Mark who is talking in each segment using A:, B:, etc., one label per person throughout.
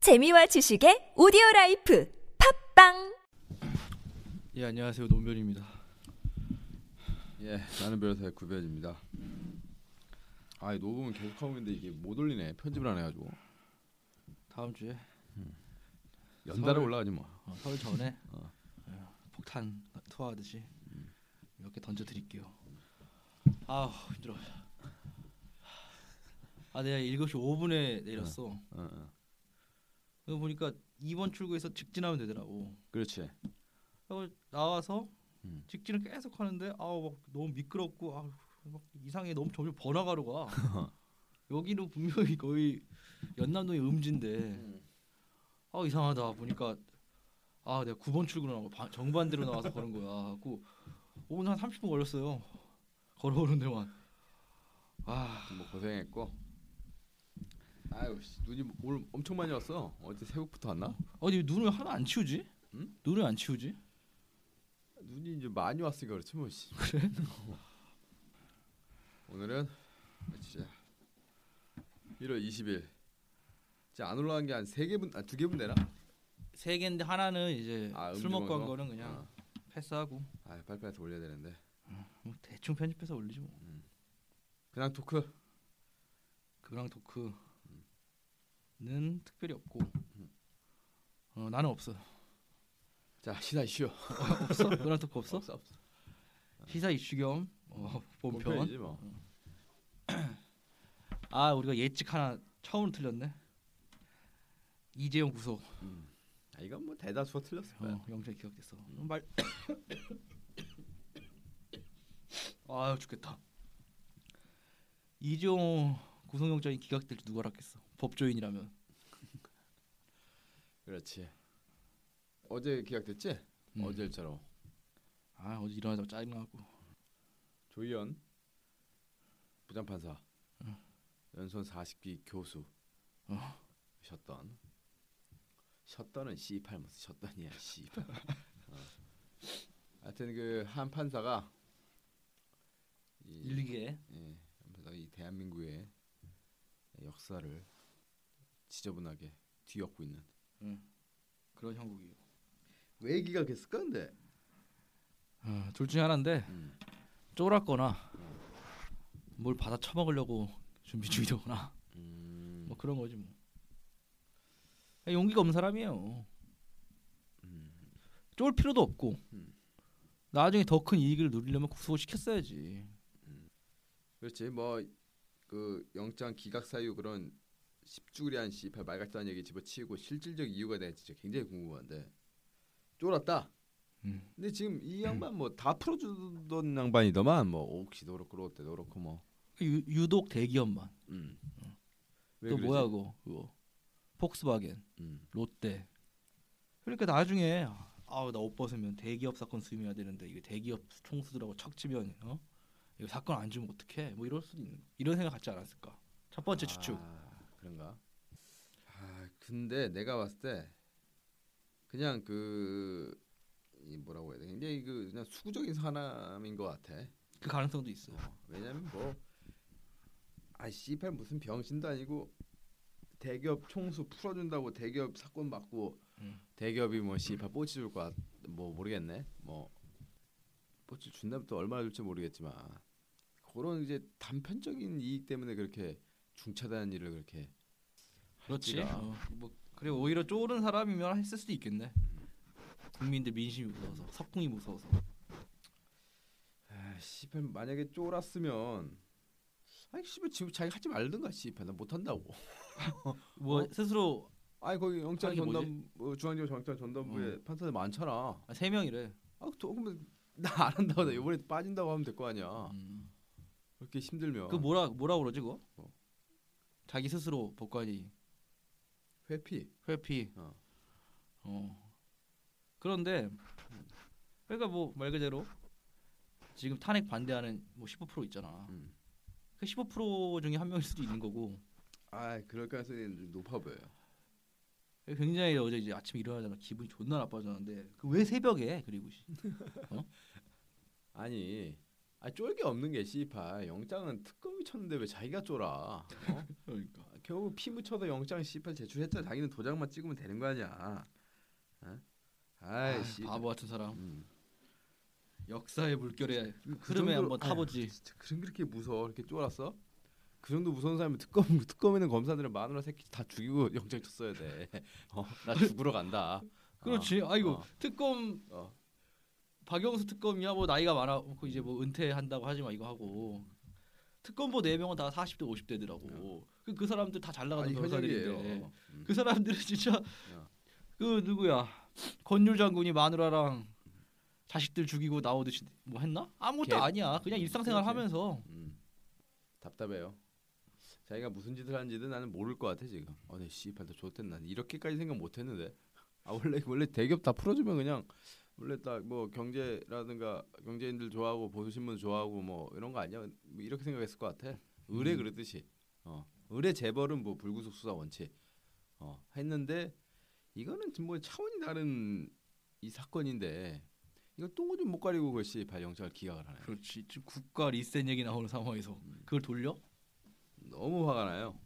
A: 재미와 지식의 오디오 라이프 팝빵
B: 예 안녕하세요 논변입니다.
C: 예, 나는 변호사의 구배입니다. 아, 이 녹음은 계속 하고 있는데 이게 못 올리네. 편집을 안 해가지고
B: 다음 주에
C: 연달아
B: 서울-
C: 올라가지 뭐.
B: 어, 서울 전에
C: 어.
B: 어, 폭탄 투하하듯이 몇 개 던져 드릴게요. 아우 힘들어. 아 내가 7시 5분에 내렸어.
C: 어, 어.
B: 그거 보니까 2번 출구에서 직진하면 되더라고.
C: 그렇지.
B: 그리고 나와서
C: 음.
B: 직진을 계속 하는데 아우 막 너무 미끄럽고 아우 막 이상해 너무 점점 번화가로 가. 여기는 분명히 거의 연남동의 음지인데 아 이상하다 보니까 아 내가 9번 출근하고 바- 정반대로 나와서 걸은 거야. 갖고 오늘 한 30분 걸렸어요. 걸어오는 데만. 아
C: 뭐 고생했고. 아유, 씨, 눈이 오늘 엄청 많이 왔어. 어제 새벽부터 왔나?
B: 어디 눈을 하나 안 치우지?
C: 응?
B: 눈을 안 치우지?
C: 눈이 이제 많이 왔으니까 그렇지 뭐. 씨.
B: 그래?
C: 오늘은 진짜 1월 20일. 진짜 안 올라간 게 한 세 개분, 아, 두 개분 되나?
B: 세 개인데 하나는 이제
C: 아,
B: 술
C: 음주
B: 먹고 한
C: 먹은 거?
B: 거는 그냥
C: 어.
B: 패스하고
C: 아, 빨리빨리 해서 올려야 되는데.
B: 뭐 대충 편집해서 올리지 뭐.
C: 그냥 토크.
B: 그랑 토크는
C: 음.
B: 특별히 없고 어, 나는 없어.
C: 자, 시다 이슈.
B: 없어? 그랑 토크 없어?
C: 없어 없어.
B: 시사 이슈 겸 어, 본편.
C: 본편이지 뭐.
B: 아 우리가 예측 하나 처음으로 틀렸네. 이재용 구속.
C: 아, 이건 뭐 대다수가 틀렸을 거야.
B: 어, 영장 기억됐어. 말. 아 죽겠다. 이재용 구속영장이 기각될지 누가 알았겠어. 법조인이라면.
C: 그렇지. 어제 기각됐지?
B: 음.
C: 어제처럼.
B: 아 어제 일어나자마자 짜증나고.
C: 조희연 부장판사 연손 40기 교수
B: 어.
C: 셧던 셧던은 C8 무슨 셧던이야 C8 어. 하여튼 그 한 판사가 이-
B: 일개.
C: 예, 그래서 이 대한민국의 역사를 지저분하게 뒤엎고 있는
B: 그런 형국이요.
C: 왜 기각했을까 근데
B: 어, 둘 중에 하나인데
C: 음.
B: 쫄았거나 뭘 받아 처먹으려고 준비 중이더구나.
C: 음,
B: 뭐 그런 거지 뭐. 그냥 용기가 없는 사람이에요.
C: 음.
B: 쫄 필요도 없고
C: 음.
B: 나중에 더 큰 이익을 누리려면 구속을 시켰어야지.
C: 그렇지 뭐 그 영장 기각 사유 그런 십주리한 씨발 말 같다는 얘기 집어치우고 실질적 이유가 대체 진짜 굉장히 궁금한데 쫄았다
B: 음.
C: 근데 지금 이 양반 뭐 다 풀어주던 양반이더만 뭐 혹시 너로 그렇고 때도 그렇고 뭐
B: 유, 유독 대기업만
C: 음. 왜
B: 또
C: 그러지?
B: 뭐야 그거 그거 폭스바겐
C: 음.
B: 롯데 그러니까 나중에 아나 옷 벗으면 대기업 사건 수임해야 되는데 이게 대기업 총수들하고 척지면 어 이거 사건 안 주면 어떡해 뭐 이럴 수도 있는 이런 생각 갖지 않았을까 첫 번째 추측
C: 아, 그런가? 아 근데 내가 봤을 때 그냥 그 이 뭐라고 해야 돼? 굉장히 그 그냥 수구적인 사람인 것 같아.
B: 그 가능성도 있어
C: 어, 왜냐면 뭐 아, 씨발 무슨 병신도 아니고 대기업 총수 풀어준다고 대기업 사건 받고
B: 음.
C: 대기업이 뭐 씨발 뽀치 줄 것 같.. 뭐 모르겠네. 뭐 뽀치 준다면 또 얼마나 줄지 모르겠지만 그런 이제 단편적인 이익 때문에 그렇게 중차대한 일을 그렇게
B: 그렇지
C: 할지가.
B: 어, 뭐 그래 오히려 쫄은 사람이면 했을 수도 있겠네 국민들 민심이 무서워서 석궁이 무서워서
C: 아, 씨발 만약에 쫄았으면 아니 씨발 지금 자기 하지 말든가 씨발 나 못한다고.
B: 뭐 스스로
C: 아니 거기 영장
B: 하는 게
C: 전담 어, 중앙지검 영장 전담부에
B: 음.
C: 판사들 많잖아.
B: 아, 세 명이래
C: 아, 또 그러면 나 안 한다고 나 이번에 빠진다고 하면 될 거 아니야.
B: 음.
C: 그렇게 힘들면
B: 그 뭐라 뭐라 그러지 그거
C: 뭐?
B: 자기 스스로 법관이
C: 회피.
B: 회피
C: 어.
B: 어. 그런데 그러니까 뭐 말 그대로 지금 탄핵 반대하는 뭐 15% 있잖아.
C: 음.
B: 그 15% 중에 한 명일 수도 있는 거고.
C: 아, 그럴 가능성이 좀 높아 보여요.
B: 굉장히 어제 이제 아침에 일어나잖아. 기분이 존나 나빠졌는데 그 왜 새벽에 그리고 씨.
C: 아니, 아 쫄게 없는 게 씨발 영장은 특검이 쳤는데 왜 자기가 쫄아? 어?
B: 그러니까.
C: 아, 결국 피 묻혀도 영장 씨발 제출했잖아. 자기는 도장만 찍으면 되는 거 아니야. 어?
B: 아이,
C: 아이씨.
B: 바보 같은 사람.
C: 음.
B: 역사의 물결에
C: 그
B: 흐름에
C: 정도로-
B: 한번 타보지.
C: 진짜 그런 그렇게 무서워. 이렇게 쫄았어? 그 정도 무서운 사람이 특검 특검에는 검사들은 마누라 새끼 다 죽이고 영장 쳤어야 돼. 어, 나 죽으러 간다.
B: 그렇지. 아이고
C: 어.
B: 특검
C: 어.
B: 박영수 특검이야 뭐 나이가 많아 그 이제 뭐 은퇴한다고 하지 마 이거 하고 특검보 네 명은 다 40대 50대더라고. 그, 그 사람들 다 잘 나가는
C: 어. 아니
B: 변호사들인데
C: 현역이에요. 어. 음.
B: 그 사람들은 진짜 그 누구야 권율 장군이 마누라랑 자식들 죽이고 나오듯이 뭐 했나? 아무것도
C: 개- 음,
B: 아니야. 그냥 일상생활
C: 그렇지.
B: 하면서
C: 음. 답답해요. 자기가 무슨 짓을 하는지도 나는 모를 것 같아 지금. 어내 네, 씨발 다 좋댔나 이렇게까지 생각 못했는데. 아 원래 원래 대기업 다 풀어주면 그냥 원래 다 뭐 경제라든가 경제인들 좋아하고 보수 신문 좋아하고 뭐 이런 거 아니야? 뭐 이렇게 생각했을 것 같아. 의뢰
B: 음.
C: 그러듯이. 어 의뢰 재벌은 뭐 불구속 수사 원칙. 어 했는데 이거는 뭐 차원이 다른 이 사건인데 이거 똥을 좀못 가리고 그 씨발 영장을 기각을 하네. 음.
B: 그렇지. 지금 국가 리셋 얘기 나오는 상황에서 그걸 돌려?
C: 너무 화가 나요.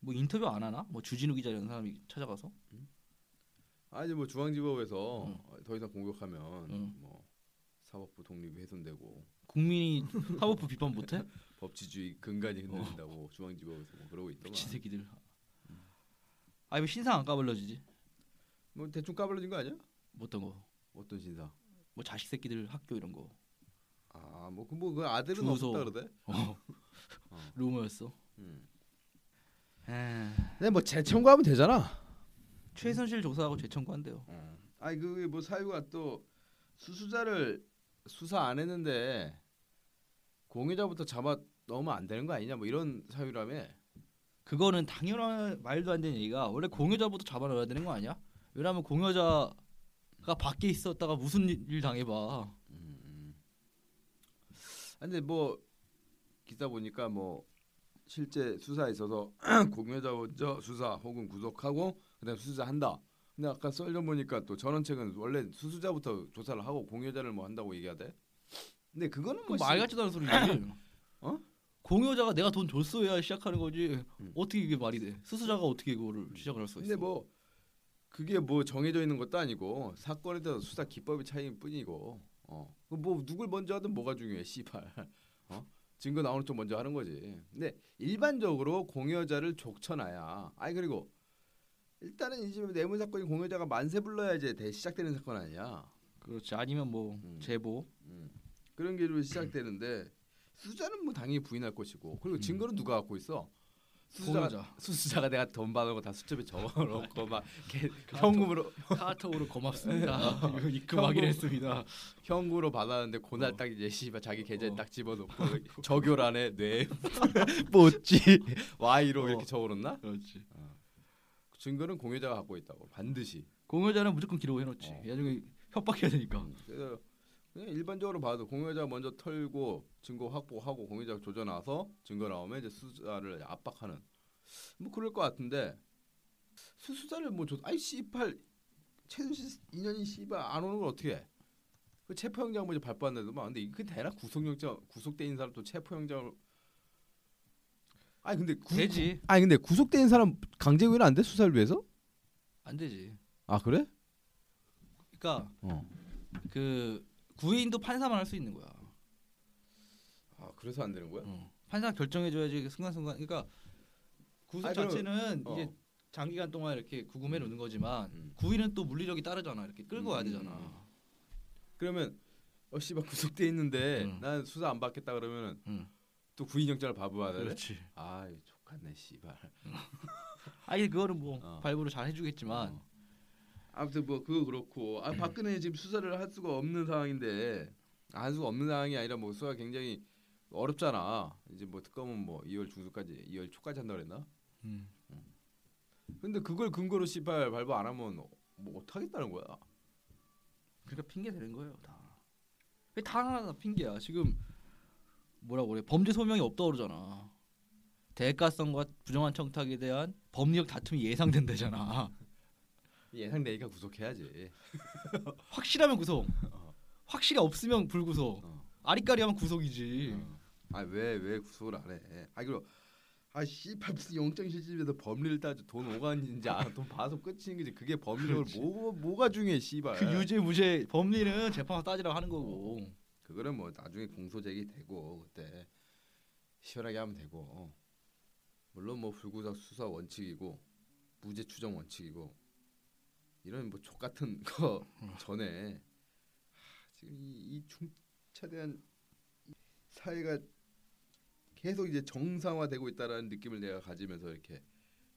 B: 뭐 인터뷰 안 하나? 뭐 주진우 기자 이런 사람이 찾아가서?
C: 아니 뭐 중앙지법에서
B: 음.
C: 더 이상 공격하면
B: 음.
C: 뭐 사법부 독립이 훼손되고
B: 국민이 사법부 비판 못해?
C: 법치주의 근간이 흔들린다고 중앙지법에서 뭐 그러고 있더만
B: 미친 새끼들. 아니 왜 신상 안 까발려지지?
C: 뭐 대충 까발려진 거 아니야?
B: 뭐 어떤 거?
C: 어떤 신상?
B: 뭐 자식 새끼들 학교 이런 거.
C: 아뭐그 뭐 그 아들은
B: 주소.
C: 없다 그러대.
B: 어.
C: 어.
B: 루머였어.
C: 음.
B: 에...
C: 근데 뭐 재청구하면 되잖아.
B: 최순실 조사하고 재청구한대요.
C: 아니 그게 뭐 사유가 또 수수자를 수사 안 했는데 공여자부터 잡아 넣으면 안 되는 거 아니냐 뭐 이런 사유라며.
B: 그거는 당연한 말도 안 되는 얘기가 원래 공여자부터 잡아놔야 되는 거 아니야? 왜냐하면 공여자가 밖에 있었다가 무슨 일, 일 당해봐.
C: 음, 음. 아, 근데 뭐 기사 보니까 뭐 실제 수사에 있어서 공여자 먼저 수사 혹은 구속하고 그다음 수사한다. 근데 아까 썰전 보니까 또 전원책은 원래 수수자부터 조사를 하고 공여자를 뭐 한다고 얘기하대. 근데 그거는 뭐
B: 그말
C: 씨-
B: 같지도 않은 소리지.
C: 어?
B: 공여자가 내가 돈 줬어야 시작하는 거지.
C: 음.
B: 어떻게 이게 말이 돼? 수수자가 어떻게 그거를 시작을 할 수 있어?
C: 근데 뭐 그게 뭐 정해져 있는 것도 아니고 사건에 대한 수사 기법의 차이일 뿐이고 어뭐 누굴 먼저 하든 뭐가 중요해 씨발 어 증거 나오는 쪽 먼저 하는 거지 근데 일반적으로 공여자를 족쳐놔야 아니 그리고 일단은 이제 뇌물 사건이 공여자가 만세 불러야지 대 시작되는 사건 아니야
B: 그렇지. 아니면 뭐
C: 음.
B: 제보.
C: 음. 그런 길로 시작되는데 수자는 뭐 당연히 부인할 것이고 그리고
B: 음.
C: 증거는 누가 갖고 있어
B: 공여자.
C: 수수자가, 수수자가 내가 돈 받은 거 다 수첩에 적어놓고 막 개-
B: 그러니까
C: 현금으로
B: 카톡으로 고맙습니다. 아, 이거
C: 현금.
B: 입금하기로 했습니다.
C: 현금으로 받았는데 그날
B: 어.
C: 딱 이제 씨발 자기 계좌에
B: 어.
C: 딱 집어넣고 저교란에 뇌 뽀찌 Y로
B: 어.
C: 이렇게 적어놓나?
B: 그렇지.
C: 증거는 공여자가 갖고 있다고 반드시.
B: 공여자는 무조건 기록해놓지.
C: 어.
B: 나중에 협박해야 되니까.
C: 그래서 그냥 일반적으로 봐도 공여자 먼저 털고 증거 확보하고 공여자 조져놔서 증거 나오면 이제 수사를 압박하는 뭐 그럴 것 같은데 수수자를 뭐 줘. 아이 씨발 최순실 인연이 씨발 안 오는 걸 어떻게 해? 그 체포영장 먼저 발부한다더만 근데 이게 대략 구속영장 구속된 사람 또 체포영장을 아니 근데 구,
B: 되지.
C: 아니 근데 구속된 사람 강제구인 안돼 수사를 위해서?
B: 안 되지.
C: 아 그래?
B: 그러니까
C: 어.
B: 그 구인도 판사만 할 수 있는 거야.
C: 아 그래서 안 되는 거야?
B: 어. 판사 결정해줘야지 순간순간. 그러니까 구속
C: 아니, 그럼-
B: 자체는
C: 어.
B: 이제 장기간 동안 이렇게 구금해 놓는 거지만
C: 음.
B: 구인은 또 물리적이 따르잖아. 이렇게 끌고 와야
C: 음.
B: 되잖아.
C: 그러면 어 씨발 구속돼 있는데
B: 음.
C: 난 수사 안 받겠다 그러면은
B: 음.
C: 또 구인 영장을
B: 네?
C: 바보받아야 돼.
B: 그렇지.
C: 아, 족같네 씨발.
B: 아니 그거는 뭐
C: 어.
B: 발부를 잘 해주겠지만 음.
C: 어. 아무튼 뭐 그거 그렇고 아 박근혜 지금 수사를 할 수가 없는 상황인데 아, 할 수가 없는 상황이 아니라 뭐 수사가 굉장히 어렵잖아. 이제 뭐 특검은 뭐 2월 중순까지 2월 초까지 한다 그랬나?
B: 음.
C: 근데 그걸 근거로 씨발 발부 안 하면 뭐 어떡하겠다는 거야.
B: 그러니까 핑계 대는 거예요 다. 그게 다 하나 다 핑계야. 지금 뭐라고 그래? 범죄 소명이 없다 그러잖아. 대가성과 부정한 청탁에 대한 법리적 다툼이 예상된다잖아.
C: 예상 내기가 구속해야지.
B: 확실하면 구속.
C: 어.
B: 확실히 없으면 불구속.
C: 어.
B: 아리까리하면 구속이지.
C: 아 왜 왜 구속을 안 해? 아 그리고 아 씨발 무슨 영장 실질에서 법리를 따져 돈 오간인지 아돈 봐서 끝인 거지 그게 법리를
B: 그렇지.
C: 뭐 뭐가 중요해 씨발
B: 그 유죄 무죄 법리는 재판에서 따지라고 하는 거고
C: 그거는 뭐 나중에 공소 제기되고 그때 시원하게 하면 되고 물론 뭐 불구속 수사 원칙이고 무죄 추정 원칙이고 이런 뭐족 같은 거 전에 하, 지금 이, 이 중차대한 이 사회가 계속 이제 정상화되고 있다라는 느낌을 내가 가지면서 이렇게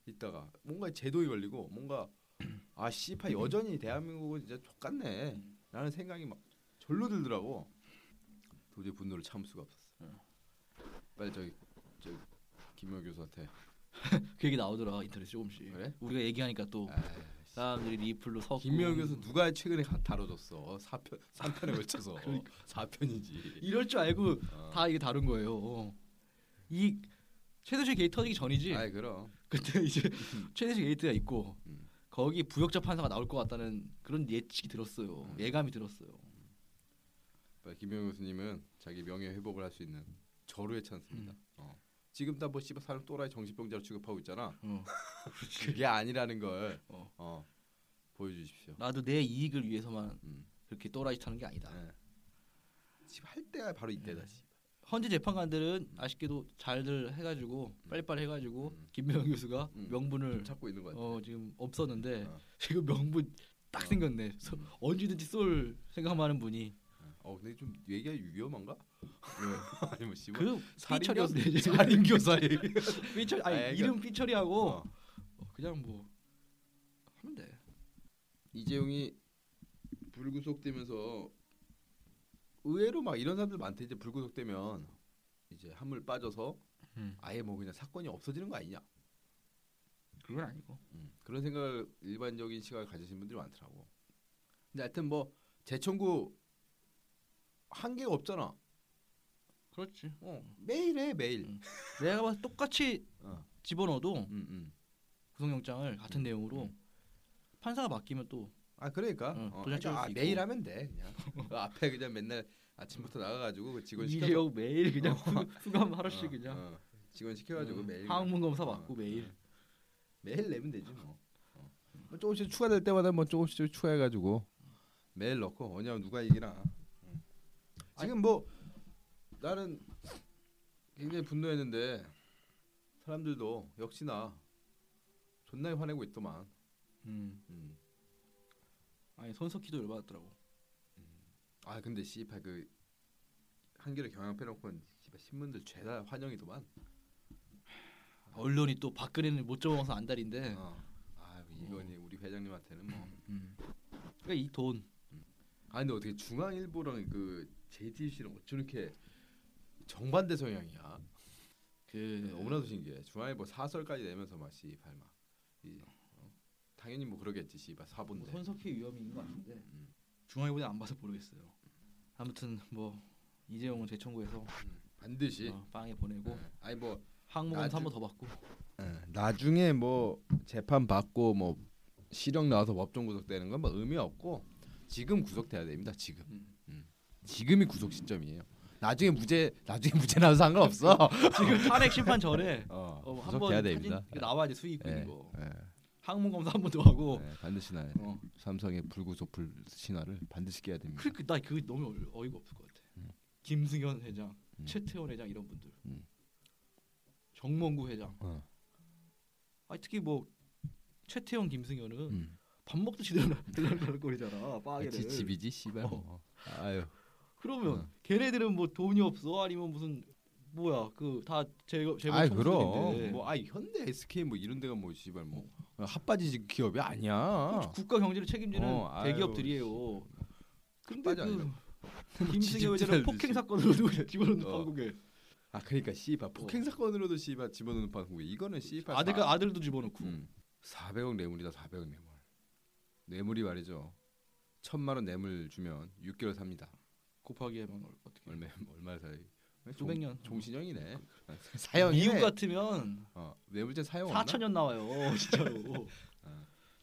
C: 있다가 뭔가 제도에 걸리고 뭔가 아 씨발 여전히 대한민국은 진짜 족같네 라는 생각이 막 절로 들더라고 도저히 분노를 참을 수가 없었어 빨리 저기 저기 김영 교수한테
B: 그 얘기 나오더라 인터넷 조금씩
C: 그래?
B: 우리가 얘기하니까 또
C: 아이씨.
B: 사람들이 리플로 섞고
C: 김영 교수 누가 최근에 가- 다뤄줬어 4편 3편에 걸쳐서 사 4편이지 어.
B: 이럴 줄 알고
C: 음.
B: 다 이게 다른 거예요 이 최대식 게이트 터지기 전이지
C: 아이 그럼
B: 그때 이제 최대식 게이트가 있고
C: 음.
B: 거기 부역자 판사가 나올 것 같다는 그런 예측이 들었어요
C: 음.
B: 예감이 들었어요
C: 빨리 김영 교수님은 자기 명예 회복을 할 수 있는 절호의 찬스입니다 어. 지금 다뭐 씨발 사람 또라이 정신병자로 취급하고 있잖아
B: 어.
C: 그게 아니라는 걸
B: 어.
C: 어, 보여주십시오
B: 나도 내 이익을 위해서만
C: 음.
B: 그렇게 또라이 타는 게 아니다
C: 네. 집할 때가 바로 이때다 씨.
B: 헌재 재판관들은 아쉽게도 잘들 해가지고 빨리빨리 해가지고
C: 음.
B: 김명 교수가
C: 음.
B: 명분을
C: 찾고 있는 거 같아
B: 어 지금 없었는데
C: 어.
B: 지금 명분 딱
C: 어.
B: 생겼네. 소- 언제든지 쏠 생각하는 분이
C: 어 근데 좀 얘기가 위험한가? 아니 뭐 씨발
B: 그
C: 살인교-
B: 삐처리였네.
C: 살인 교사 얘기.
B: 삐처리 아니
C: 아, 그러니까-
B: 이름 삐처리하고
C: 어.
B: 어, 그냥 뭐 하면 돼.
C: 이재용이 불구속되면서 의외로 막 이런 사람들 많대 이제 불구속되면 이제 한물 빠져서
B: 음.
C: 아예 뭐 그냥 사건이 없어지는 거 아니냐
B: 그건 아니고.
C: 음, 그런 생각을 일반적인 시각을 가지신 분들이 많더라고. 근데 하여튼 뭐 재청구 한계가 없잖아.
B: 그렇지.
C: 어, 매일 해 매일.
B: 음. 내가 봐서 똑같이
C: 어.
B: 집어넣어도
C: 음, 음.
B: 구속영장을 같은 내용으로 판사가 바뀌면 또
C: 아 그러니까,
B: 응,
C: 어,
B: 도장 찍을
C: 그러니까 아,
B: 수 있고.
C: 매일 하면 돼 그냥 그 앞에 그냥 맨날 아침부터 나가가지고 그 직원 시켜
B: 이재용 매일 그냥 수- 수감 하루씩 그냥
C: 어, 어. 직원 시켜가지고
B: 응.
C: 매일
B: 항문 검사
C: 어,
B: 받고 매일.
C: 매일 내면 되지 뭐. 어. 뭐 조금씩 추가될 때마다 뭐 조금씩 조금씩 추가해가지고 매일 넣고 왜냐면 누가 이기나 응. 지금 뭐 나는 굉장히 분노했는데 사람들도 역시나 존나게 화내고 있더만
B: 음.
C: 음.
B: 아니 손석희도 열받았더라고.
C: 아 근데 씨발 그 한겨레 경향 빼놓고는 씨발 신문들 죄다 환영이더만.
B: 언론이 또 박근혜는 못 접어서 안달인데.
C: 어. 아 이거니 우리 회장님한테는 뭐.
B: 음. 그러니까 이 돈
C: 아 근데 어떻게 중앙일보랑 그 JTBC는 어쩜 이렇게 정반대 성향이야.
B: 그,
C: 너무나도 신기해. 중앙일보 사설까지 내면서 막 씨발 막. 이, 어? 당연히 뭐 그러겠지
B: 뭐
C: 씨발 사본데.
B: 손석희 위험이 있는 것 같은데
C: 음.
B: 중앙일보는 안 봐서 모르겠어요. 아무튼 뭐 이재용은 재청구해서
C: 반드시.
B: 어, 빵에 보내고
C: 네. 아니 뭐
B: 항목은
C: 나중-
B: 한번 더 받고
C: 예, 나중에 뭐 재판 받고 뭐 실형 나와서 법정 구속되는 건 뭐 의미 없고 지금 구속돼야 됩니다. 지금
B: 음.
C: 지금이 구속 시점이에요. 나중에 무죄 나중에 무죄 나도 상관없어.
B: 지금 탄핵 심판 전에
C: 어,
B: 어, 한번
C: 구속돼야
B: 사진
C: 됩니다.
B: 이거 나와야지 수익
C: 예,
B: 네. 거
C: 예,
B: 항문 검사 한 번 더 하고
C: 예, 반드시 나
B: 어.
C: 삼성의 불구속 불 신화를 반드시 깨야 됩니다.
B: 그러니까 나 그게 너무 어이- 어이가 없을 것 같아. 김승현 회장,
C: 음.
B: 최태원 회장 이런 분들,
C: 음.
B: 정몽구 회장.
C: 어.
B: 아니 특히 뭐 최태원 김승현은
C: 음.
B: 밥 먹도 제대로 날라는 꼴이잖아 빠게를
C: 지- 집이지 씨발.
B: 어.
C: 뭐. 아유
B: 그러면
C: 어.
B: 걔네들은 뭐 돈이 없어 아니면 무슨 뭐야 그 다 재고 재고
C: 아이
B: 청소인데
C: 그럼 뭐아 현대 SK 뭐 이런 데가 뭐 씨발 뭐 핫바지 기업이 아니야.
B: 국가 경제를 책임지는
C: 어, 아유,
B: 대기업들이에요 근데
C: 빠져
B: 그
C: 지집질
B: 김승현 회장은
C: 알듯이.
B: 폭행 사건으로 누구야 집어넣는
C: 어.
B: 한국에
C: 아 그러니까 씨발 폭행 사건으로도 씨발 집어넣는 방송 이거는 씨발
B: 어. 아들
C: 사-
B: 아들도 집어넣고
C: 음. 400억 뇌물이다 400억 뇌물 뇌물이 말이죠 천만 원 뇌물 주면 6개월 삽니다
B: 곱하기 하면 얼- 어떻게
C: 얼마 얼마 사요
B: 수백 년. 음.
C: 종신형이네
B: 미국
C: 사형이네
B: 같으면
C: 어, 뇌물죄 사형 없나
B: 4천년 나와요 진짜로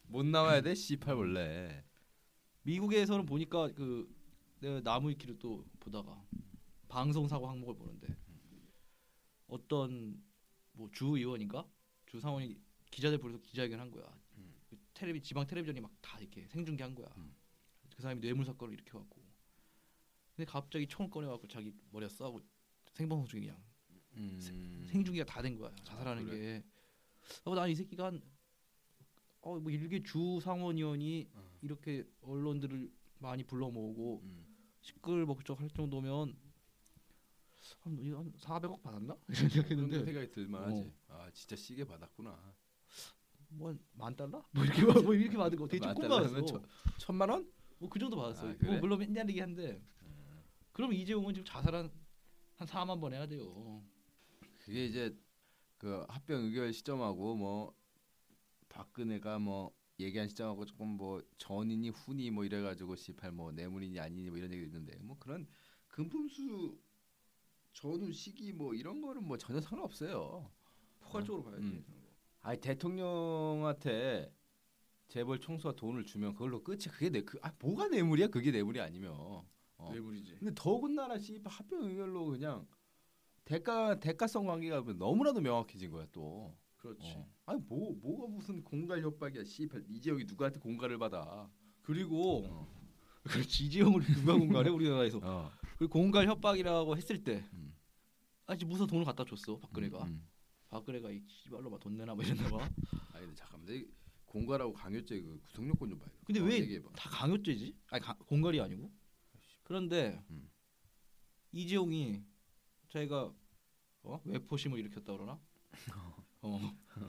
C: 못 나와야 돼 씨팔 원래
B: 미국에서는 보니까 그 내가 나무위키를 또 보다가 방송 사고 항목을 보는데 어떤 뭐 주 의원인가 주 상원이 기자들 불러서 기자회견 한 거야. 그
C: 음.
B: 텔레비 지방 텔레비전이 막 다 이렇게 생중계한 거야.
C: 음.
B: 그 사람이 뇌물 사건을 일으켜 갖고. 근데 갑자기 총을 꺼내 갖고 자기 머리에 쏴고 생방송 중에 그냥
C: 음.
B: 생중계가 다 된 거야. 자살하는
C: 그래?
B: 게. 어, 난이 새끼가 한, 어, 뭐 일개 주 상원의원이
C: 어.
B: 이렇게 언론들을 많이 불러 모으고
C: 음.
B: 시끌벅적 할 정도면 한, 이거 한 400억 받았나? 이런
C: 그런
B: 생각했는데 어.
C: 생각이 들만하지. 아 진짜 시계 받았구나.
B: 뭐만 달러? 뭐 이렇게 받- 뭐 이렇게 받은 거 되게
C: 만
B: 조금
C: 달러
B: 받았어.
C: 하면 천만 원?
B: 뭐 그 정도 받았어.
C: 아, 그래?
B: 뭐 물론 옛날이긴 한데. 음. 그럼 이재용은 지금 자살한 한 4만 번 해야 돼요.
C: 그게 이제 그 합병 의결 시점하고 뭐 박근혜가 뭐 얘기한 시점하고 조금 뭐 전이니 후니 뭐 이래가지고 씨발 뭐 뇌물이니 아니니 뭐 이런 얘기도 있는데 뭐 그런 금품수 전후 시기 뭐 이런 거는 뭐 전혀 상관없어요.
B: 포괄적으로 봐야지.
C: 음. 아니 대통령한테 재벌 총수가 돈을 주면 그걸로 끝이 그게 내그아 뭐가 뇌물이야 그게 뇌물이 아니면 어.
B: 뇌물이지.
C: 근데 더군다나 씨 합병 의결로 그냥 대가 대가성 관계가 너무나도 명확해진 거야 또.
B: 그렇지.
C: 어. 아니 뭐 뭐가 무슨 공갈 협박이야 씨발 이재용이 누구한테 공갈을 받아?
B: 그리고
C: 어.
B: 그렇지 이재용을 누가 공갈해 우리나라에서
C: 어.
B: 그리고 공갈 협박이라고 했을 때
C: 음.
B: 아직 무슨 돈을 갖다 줬어 박근혜가
C: 음, 음.
B: 박근혜가 이 씨발로 막돈 내나 뭐 이랬나 봐
C: 아니 근데 잠깐만 근데 공갈하고 강요죄 그 구성요건 좀 봐요.
B: 근데
C: 어,
B: 왜
C: 얘기해봐.
B: 다 강요죄지 아니 가- 공갈이 아니고 그런데
C: 음.
B: 이재용이 자기가 어? 외포심을 일으켰다 그러나 어.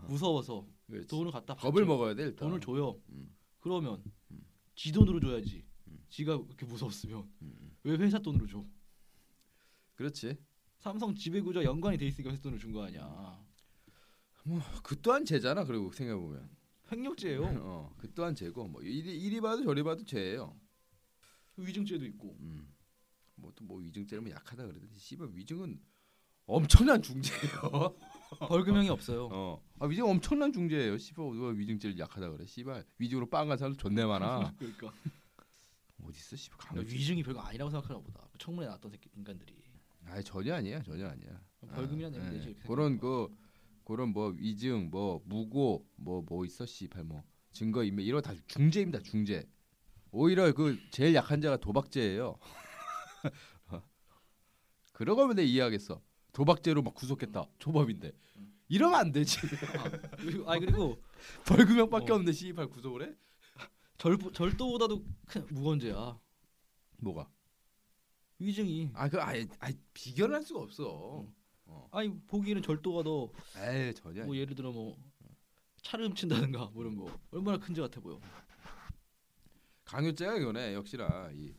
B: 무서워서
C: 그렇지.
B: 돈을 갖다
C: 겁을
B: 받죠.
C: 먹어야 돼 일단.
B: 돈을 줘요
C: 음.
B: 그러면
C: 음.
B: 지 돈으로 줘야지
C: 음.
B: 지가 그렇게 무서웠으면
C: 음.
B: 왜 회사 돈으로 줘
C: 그렇지.
B: 삼성 지배구조 연관이 돼 있으니까 회사 돈을 준 거 아니야.
C: 음. 그 또한 죄잖아 그리고 생각해 보면.
B: 횡령죄예요.
C: 어. 그 또한 죄고 뭐 이리, 이리 봐도 저리 봐도 죄예요.
B: 위증죄도 있고.
C: 음. 뭐또 뭐 위증죄는 뭐 약하다 그러던데 씨발 위증은 엄청난 중죄예요.
B: 벌금형이 없어요.
C: 어. 아 위증 엄청난 중죄예요. 씨발 누가 위증죄를 약하다 그래. 씨발 위증으로 빵간 사람 존내 많아.
B: 그러니까
C: 뭐 어디 있어 씨발
B: 야,
C: 강요.
B: 위증이 별거 아니라고 생각하나 보다. 그 청문회 나왔던 새끼 인간들이
C: 아니 전혀 아니야. 전혀 아니야.
B: 벌금이란 얘기 되지.
C: 예.
B: 이렇게
C: 그런
B: 생각하면.
C: 그 그런 뭐 위증 뭐 무고 뭐 뭐 있어 씨발 뭐 증거 인멸 이런 거다 중죄입니다. 중죄. 오히려 그 제일 약한 자가 도박죄예요. 그러고 하면 내 이해하겠어. 도박죄로 막 구속했다. 초범인데. 이러면 안 되지.
B: 아, 그리고, 아니 그리고
C: 벌금형밖에
B: 어.
C: 없는데 씨발 구속을 해?
B: 절 절도보다도 큰 무건죄야.
C: 뭐가?
B: 위증이.
C: 아 그 아예 아예 비교를 할 수가 없어.
B: 아니 보기에는 절도가 더 뭐
C: 음. 에이 전혀. 아니야.
B: 예를 들어 뭐 차를 훔친다든가 뭐 이런 거 얼마나 큰 죄 같아 보여.
C: 강요죄가 이거네 역시나 이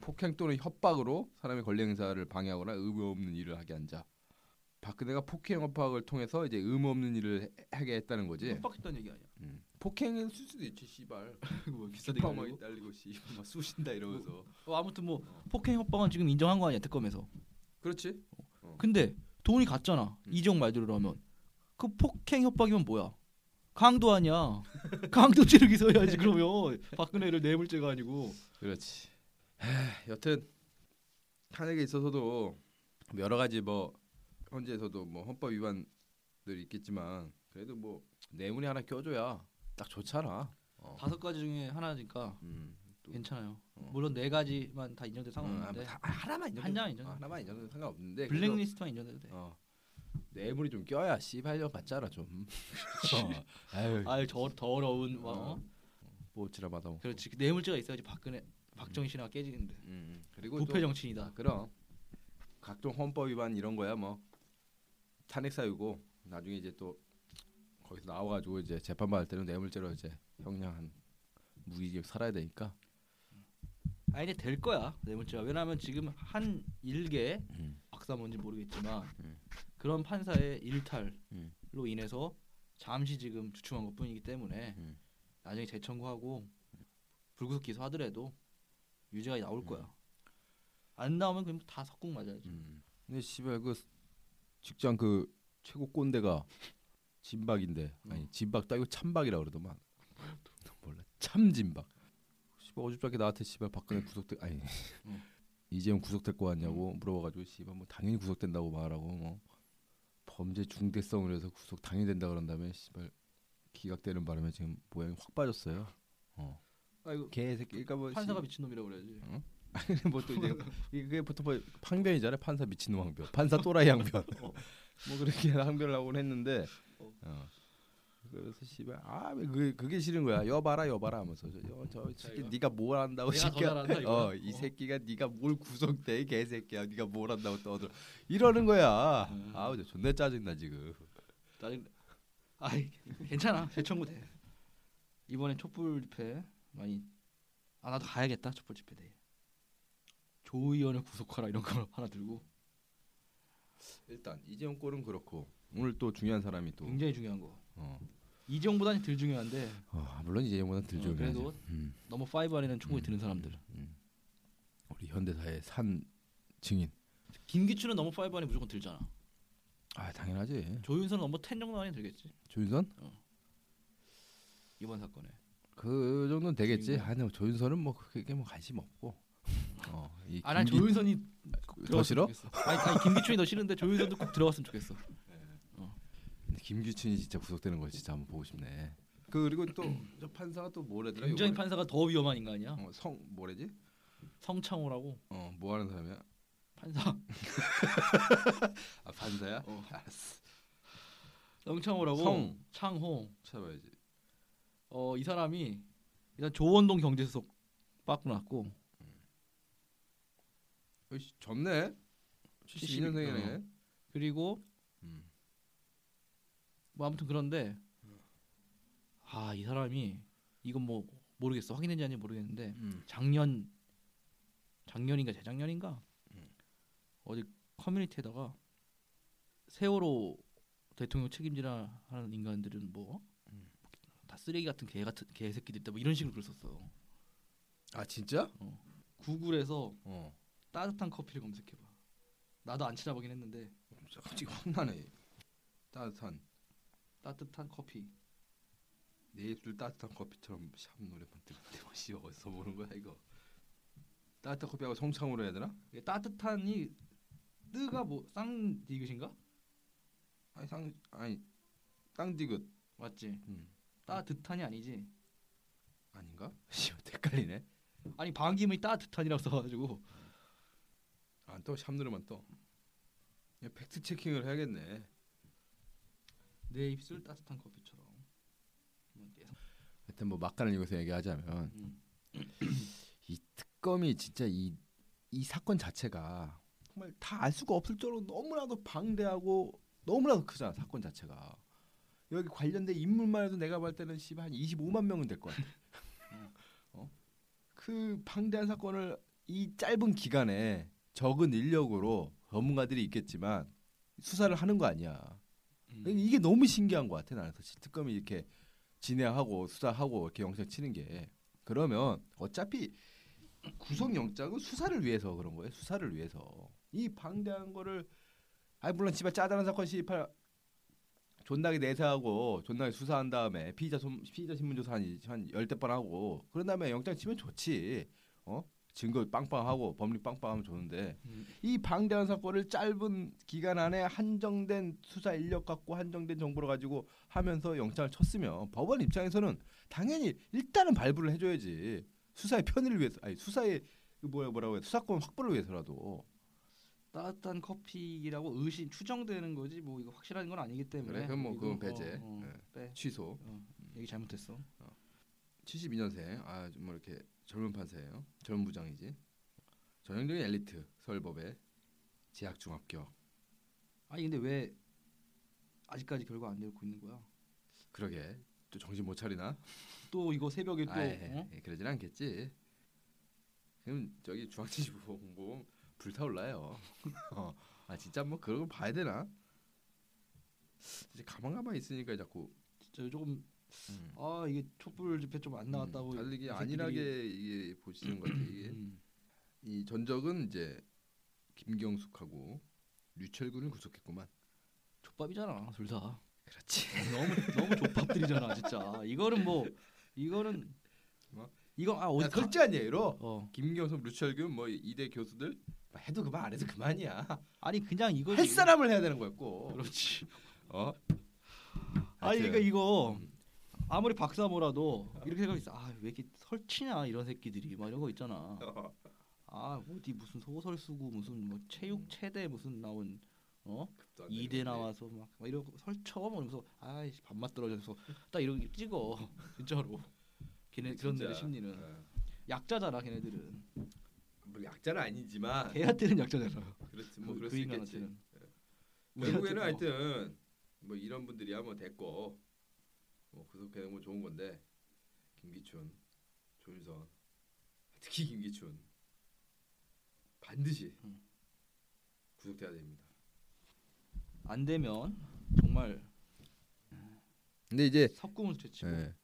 C: 폭행 또는 협박으로 사람의 권리 행사를 방해하거나 의무 없는 일을 하게 한 자. 박근혜가 폭행 협박을 통해서 이제 의무 없는 일을 해- 하게 했다는 거지.
B: 협박했다는 얘기 아니야.
C: 음. 폭행은 쓸 수도 있지 씨발.
B: 뭐 비싸대
C: 뒷방망이
B: 고
C: 딸리고 씨발 막 쑤신다 이러면서.
B: 어, 아무튼 뭐 폭행 협박은 지금 인정한 거 아니야 특검에서.
C: 그렇지?
B: 근데 돈이 갔잖아.
C: 음.
B: 이정 말대로 하면 그 폭행 협박이면 뭐야? 강도 아니야. 강도죄를 기소해야지 그러면 박근혜를 뇌물죄가 아니고.
C: 그렇지. 하, 여튼 탄핵에 있어서도 여러 가지 뭐 현재에서도 뭐 헌법 위반들 있겠지만 그래도 뭐 뇌물이 하나 껴줘야 딱 좋잖아. 어.
B: 다섯 가지 중에 하나니까
C: 음.
B: 괜찮아요.
C: 어.
B: 물론 네 가지만 다 인정돼
C: 음,
B: 상관없는데
C: 다- 네, 하나만 인정.
B: 한 장은 네. 인정.
C: 하나만 인정도 상관없는데.
B: 블랙리스트만 인정돼도 돼.
C: 그래도, 어. 뇌물이 좀 껴야 씨발려 받잖아 좀. 어. 아유.
B: 음. 아유 저 더러운 막,
C: 어.
B: 어?
C: 뭐지라 받아 먹.
B: 그렇지 그 뇌물죄가 있어야지 박근혜 박정희 신화가 깨지는데.
C: 음. 그리고 또-
B: 부패 정치인이다.
C: 아, 그럼 각종 헌법 위반 이런 거야 뭐 탄핵 사유고 나중에 이제 또 거기서 나와가지고 이제 재판 받을 때는 뇌물죄로 이제 형량 한 무기징역 살아야 되니까.
B: 아 이제 될 거야 뇌물죄가 왜냐하면 지금 한 일개
C: 음.
B: 박사 뭔지 모르겠지만
C: 음.
B: 그런 판사의 일탈로
C: 음.
B: 인해서 잠시 지금 주춤한 것뿐이기 때문에
C: 음.
B: 나중에 재청구하고 불구속 기소하더라도 유죄가 나올 거야. 안 나오면 그냥 다 석궁 맞아야지.
C: 음. 근데 씨발 그 직장 그 최고 꼰대가 진박인데 아니 진박 따위고 참박이라 그러더만 몰라 참 진박 씨발 어줍잖게 나한테 씨발 박근혜 구속돼 아니
B: 음.
C: 이재용 구속될 거 같냐고 물어봐가지고 씨발 뭐 당연히 구속된다고 말하고 뭐 범죄 중대성으로 해서 구속 당해된다 그런 다음에 씨발 기각되는 바람에 지금 모양이 확 빠졌어요. 어.
B: 아이고
C: 개새끼 그러니까 일까봐 뭐
B: 판사가 미친놈이라고 그래야지.
C: 뭐또 이제 이게 보통 뭐 항변이잖아요. 판사 미친놈 항변, 판사 또라이 항변. 뭐 그렇게 항변을 하곤 했는데
B: 어.
C: 어. 그래서 씨발 아 그게, 그게 싫은 거야. 여봐라 여봐라 하면서 저, 여, 저 새끼
B: 자기가.
C: 네가 뭘 안다고
B: 내가 더
C: 새끼야.
B: 잘한다, 이거야.
C: 어, 이
B: 어.
C: 새끼가 네가 뭘 구속돼 이 개새끼야. 네가 뭘 안다고 떠들 이러는 거야.
B: 음.
C: 아우 저 존나 짜증나 지금.
B: 나중에 아이 괜찮아 재청구 돼. 이번에 촛불 집회 많이 아 나도 가야겠다 촛불 집회 대회. 조 의원을 구속하라 이런 거 하나 들고
C: 일단 이재용 꼴은 그렇고 오늘 또 중요한 사람이 또
B: 굉장히 중요한 거.
C: 어.
B: 이정보다는 덜 중요한데
C: 어, 물론 이재용보다 들
B: 어,
C: 좋은
B: 그래도
C: 음.
B: 넘버 5 안에는 충분히 드는 사람들.
C: 우리 현대사의 산 증인.
B: 김기춘은 넘버 5 안에 무조건 들잖아.
C: 아 당연하지.
B: 조윤선은 넘버 10 정도 안에 들겠지
C: 조윤선?
B: 이번 사건에.
C: 그 정도는 되겠지.
B: 주인공.
C: 아니 조윤선은 뭐 그게 뭐 관심 없고. 어, 이
B: 아난
C: 김기-
B: 조윤선이
C: 더
B: 들어갔으면
C: 싫어? 음.
B: 좋겠어. 아니, 아니 김기춘이 더 싫은데 조윤선도 꼭 들어갔으면 좋겠어.
C: 근데 김규춘이 진짜 구속되는 걸 진짜 한번 보고 싶네. 그 그리고 또 저 판사가 또 뭐래더라?
B: 김정희 판사가 더 위험한 인간이야.
C: 어, 성 뭐래지?
B: 성창호라고
C: 어, 뭐 하는 사람이야?
B: 판사
C: 아, 판사야?
B: 어.
C: 알았어.
B: 성창호라고
C: 성.
B: 창호
C: 찾아봐야지.
B: 어 이 사람이 일단 조원동 경제수석 빠꾸났고
C: 어이씨, 젊네. 72년생이네. 어.
B: 그리고
C: 음.
B: 뭐 아무튼 그런데 아 이 사람이 이건 뭐 모르겠어 확인했는지 아닌지 모르겠는데
C: 음.
B: 작년 작년인가 재작년인가
C: 음.
B: 어디 커뮤니티에다가 세월호 대통령 책임지라 하는 인간들은 뭐 다
C: 음.
B: 쓰레기 같은 개 같은 개 새끼들 있다 뭐 이런 식으로 글 썼어.
C: 아, 진짜?
B: 구글에서
C: 어.
B: 따뜻한 커피를 검색해봐. 나도 안 찾아보긴 했는데
C: 진짜 갑자기 혼나네. 따뜻한
B: 따뜻한 커피.
C: 내 입술 따뜻한 커피처럼 샵 노래만 듣는데 뭐 씨, 어디서 보는 거야 이거? 따뜻한 커피하고 성창으로 해야 되나?
B: 이게 따뜻한이 뜨가 뭐 쌍 디귿인가?
C: 아니 상 아니 땅디귿 음,
B: 맞지? 따뜻한이 아니지.
C: 아닌가? 씨 헷갈리네.
B: 아니 방김이 따뜻한이라고 써가지고
C: 안떠 샵누르만 떠. 야, 팩트 체킹을 해야겠네.
B: 내 입술 따뜻한 커피처럼. 뭐 계속.
C: 하여튼 뭐 막간을 이것서 얘기하자면
B: 음.
C: 특검이 진짜 이 이 사건 자체가 정말 다 알 수가 없을 정도로 너무나도 방대하고 너무나도 크잖아 사건 자체가 여기 관련된 인물만 해도 내가 볼 때는 씨발 한 25만 명은 될 것 같아. 어? 그 방대한 사건을 이 짧은 기간에 적은 인력으로 전문가들이 있겠지만 수사를 하는 거 아니야.
B: 음.
C: 그러니까 이게 너무 신기한 것 같아 나는 사실 특검이 이렇게 진행하고 수사하고 이렇게 영장 치는 게 그러면 어차피 구속 영장은 수사를 위해서 그런 거예요 수사를 위해서 이 방대한 거를 아니 물론 집에 짜다는 사건 시입할 존나게 내세하고 존나게 수사한 다음에 피의자 손- 피의자 신문 조사 한한 열대 번 하고 그런 다음에 영장 치면 좋지 어 증거 빵빵하고 법리 빵빵하면 좋은데
B: 음.
C: 이 방대한 사건을 짧은 기간 안에 한정된 수사 인력 갖고 한정된 정보를 가지고 하면서 영장을 쳤으면 법원 입장에서는 당연히 일단은 발부를 해줘야지 수사의 편의를 위해서 아니 수사의 그 뭐야 뭐라고 해 수사권 확보를 위해서라도
B: 따뜻한 커피라고 의심 추정되는 거지 뭐 이거 확실한 건 아니기 때문에.
C: 그래, 그건 뭐
B: 이거,
C: 그건 배제.
B: 어, 어,
C: 네.
B: 빼.
C: 취소
B: 어, 얘기 잘못했어.
C: 72년생 아뭐 이렇게 젊은 판사예요 젊은 부장이지 전형적인 엘리트 서울법에 재학 중 합격
B: 아니 근데 왜 아직까지 결과 안 내고 있는 거야?
C: 그러게 또 정신 못 차리나
B: 또 이거 새벽에 또
C: 아이,
B: 어?
C: 예, 그러진 않겠지. 그럼 저기 중앙지시부 공보 불타올라요. 어, 아 진짜 뭐 그런 걸 봐야 되나? 이제 가만 가만 있으니까 자꾸
B: 진짜 조금
C: 음,
B: 아 이게 촛불 집회 좀 안 나왔다고
C: 음, 다들 이게
B: 이 새끼들이-
C: 안일하게 이게 보시는 것 같아. 이게
B: 음.
C: 이 전적은 이제 김경숙하고 류철군을 구속했구만.
B: 족밥이잖아 둘 다.
C: 그렇지.
B: 너무 너무 족밥들이잖아 진짜. 이거는 뭐 이거는
C: 뭐?
B: 이거 아
C: 야,
B: 어디 가-
C: 솔직한 예로
B: 어
C: 김경숙, 류철군 뭐 이대 교수들 해도 그만 안 해도 그만이야.
B: 아니 그냥 이거
C: 할 사람을 해야 되는 거였고.
B: 그렇지.
C: 어?
B: 아니
C: 하여튼.
B: 그러니까 이거
C: 음.
B: 아무리 박사 뭐라도 이렇게 생각했어. 아왜 이렇게 설치냐 이런 새끼들이 막 이런 거 있잖아.
C: 어.
B: 아 어디 무슨 소설 쓰고 무슨 뭐
C: 음.
B: 체육 체대 무슨 나온 어
C: 급도 안 되는
B: 이대
C: 건데.
B: 나와서 막, 막 이러고 설쳐 막 이러면서 아이씨 밥맛 떨어져서 딱 이러고 찍어 진짜로 걔네 그런
C: 진짜.
B: 애들 심리는
C: 어.
B: 약자잖아 걔네들은
C: 뭐 약자는 아니지만
B: 걔한테는 약자잖아
C: 그렇지 뭐
B: 그- 그
C: 그럴 수 있겠지.
B: 인간한테는 예. 그 어. 우리한테-
C: 결국에는 하여튼 뭐 이런 분들이야 뭐 됐고 뭐 구속되는 건 좋은 건데 김기춘, 조윤선 특히 김기춘 반드시
B: 음.
C: 구속돼야 됩니다.
B: 안 되면 정말
C: 근데 예. 이제
B: 석궁을 채치고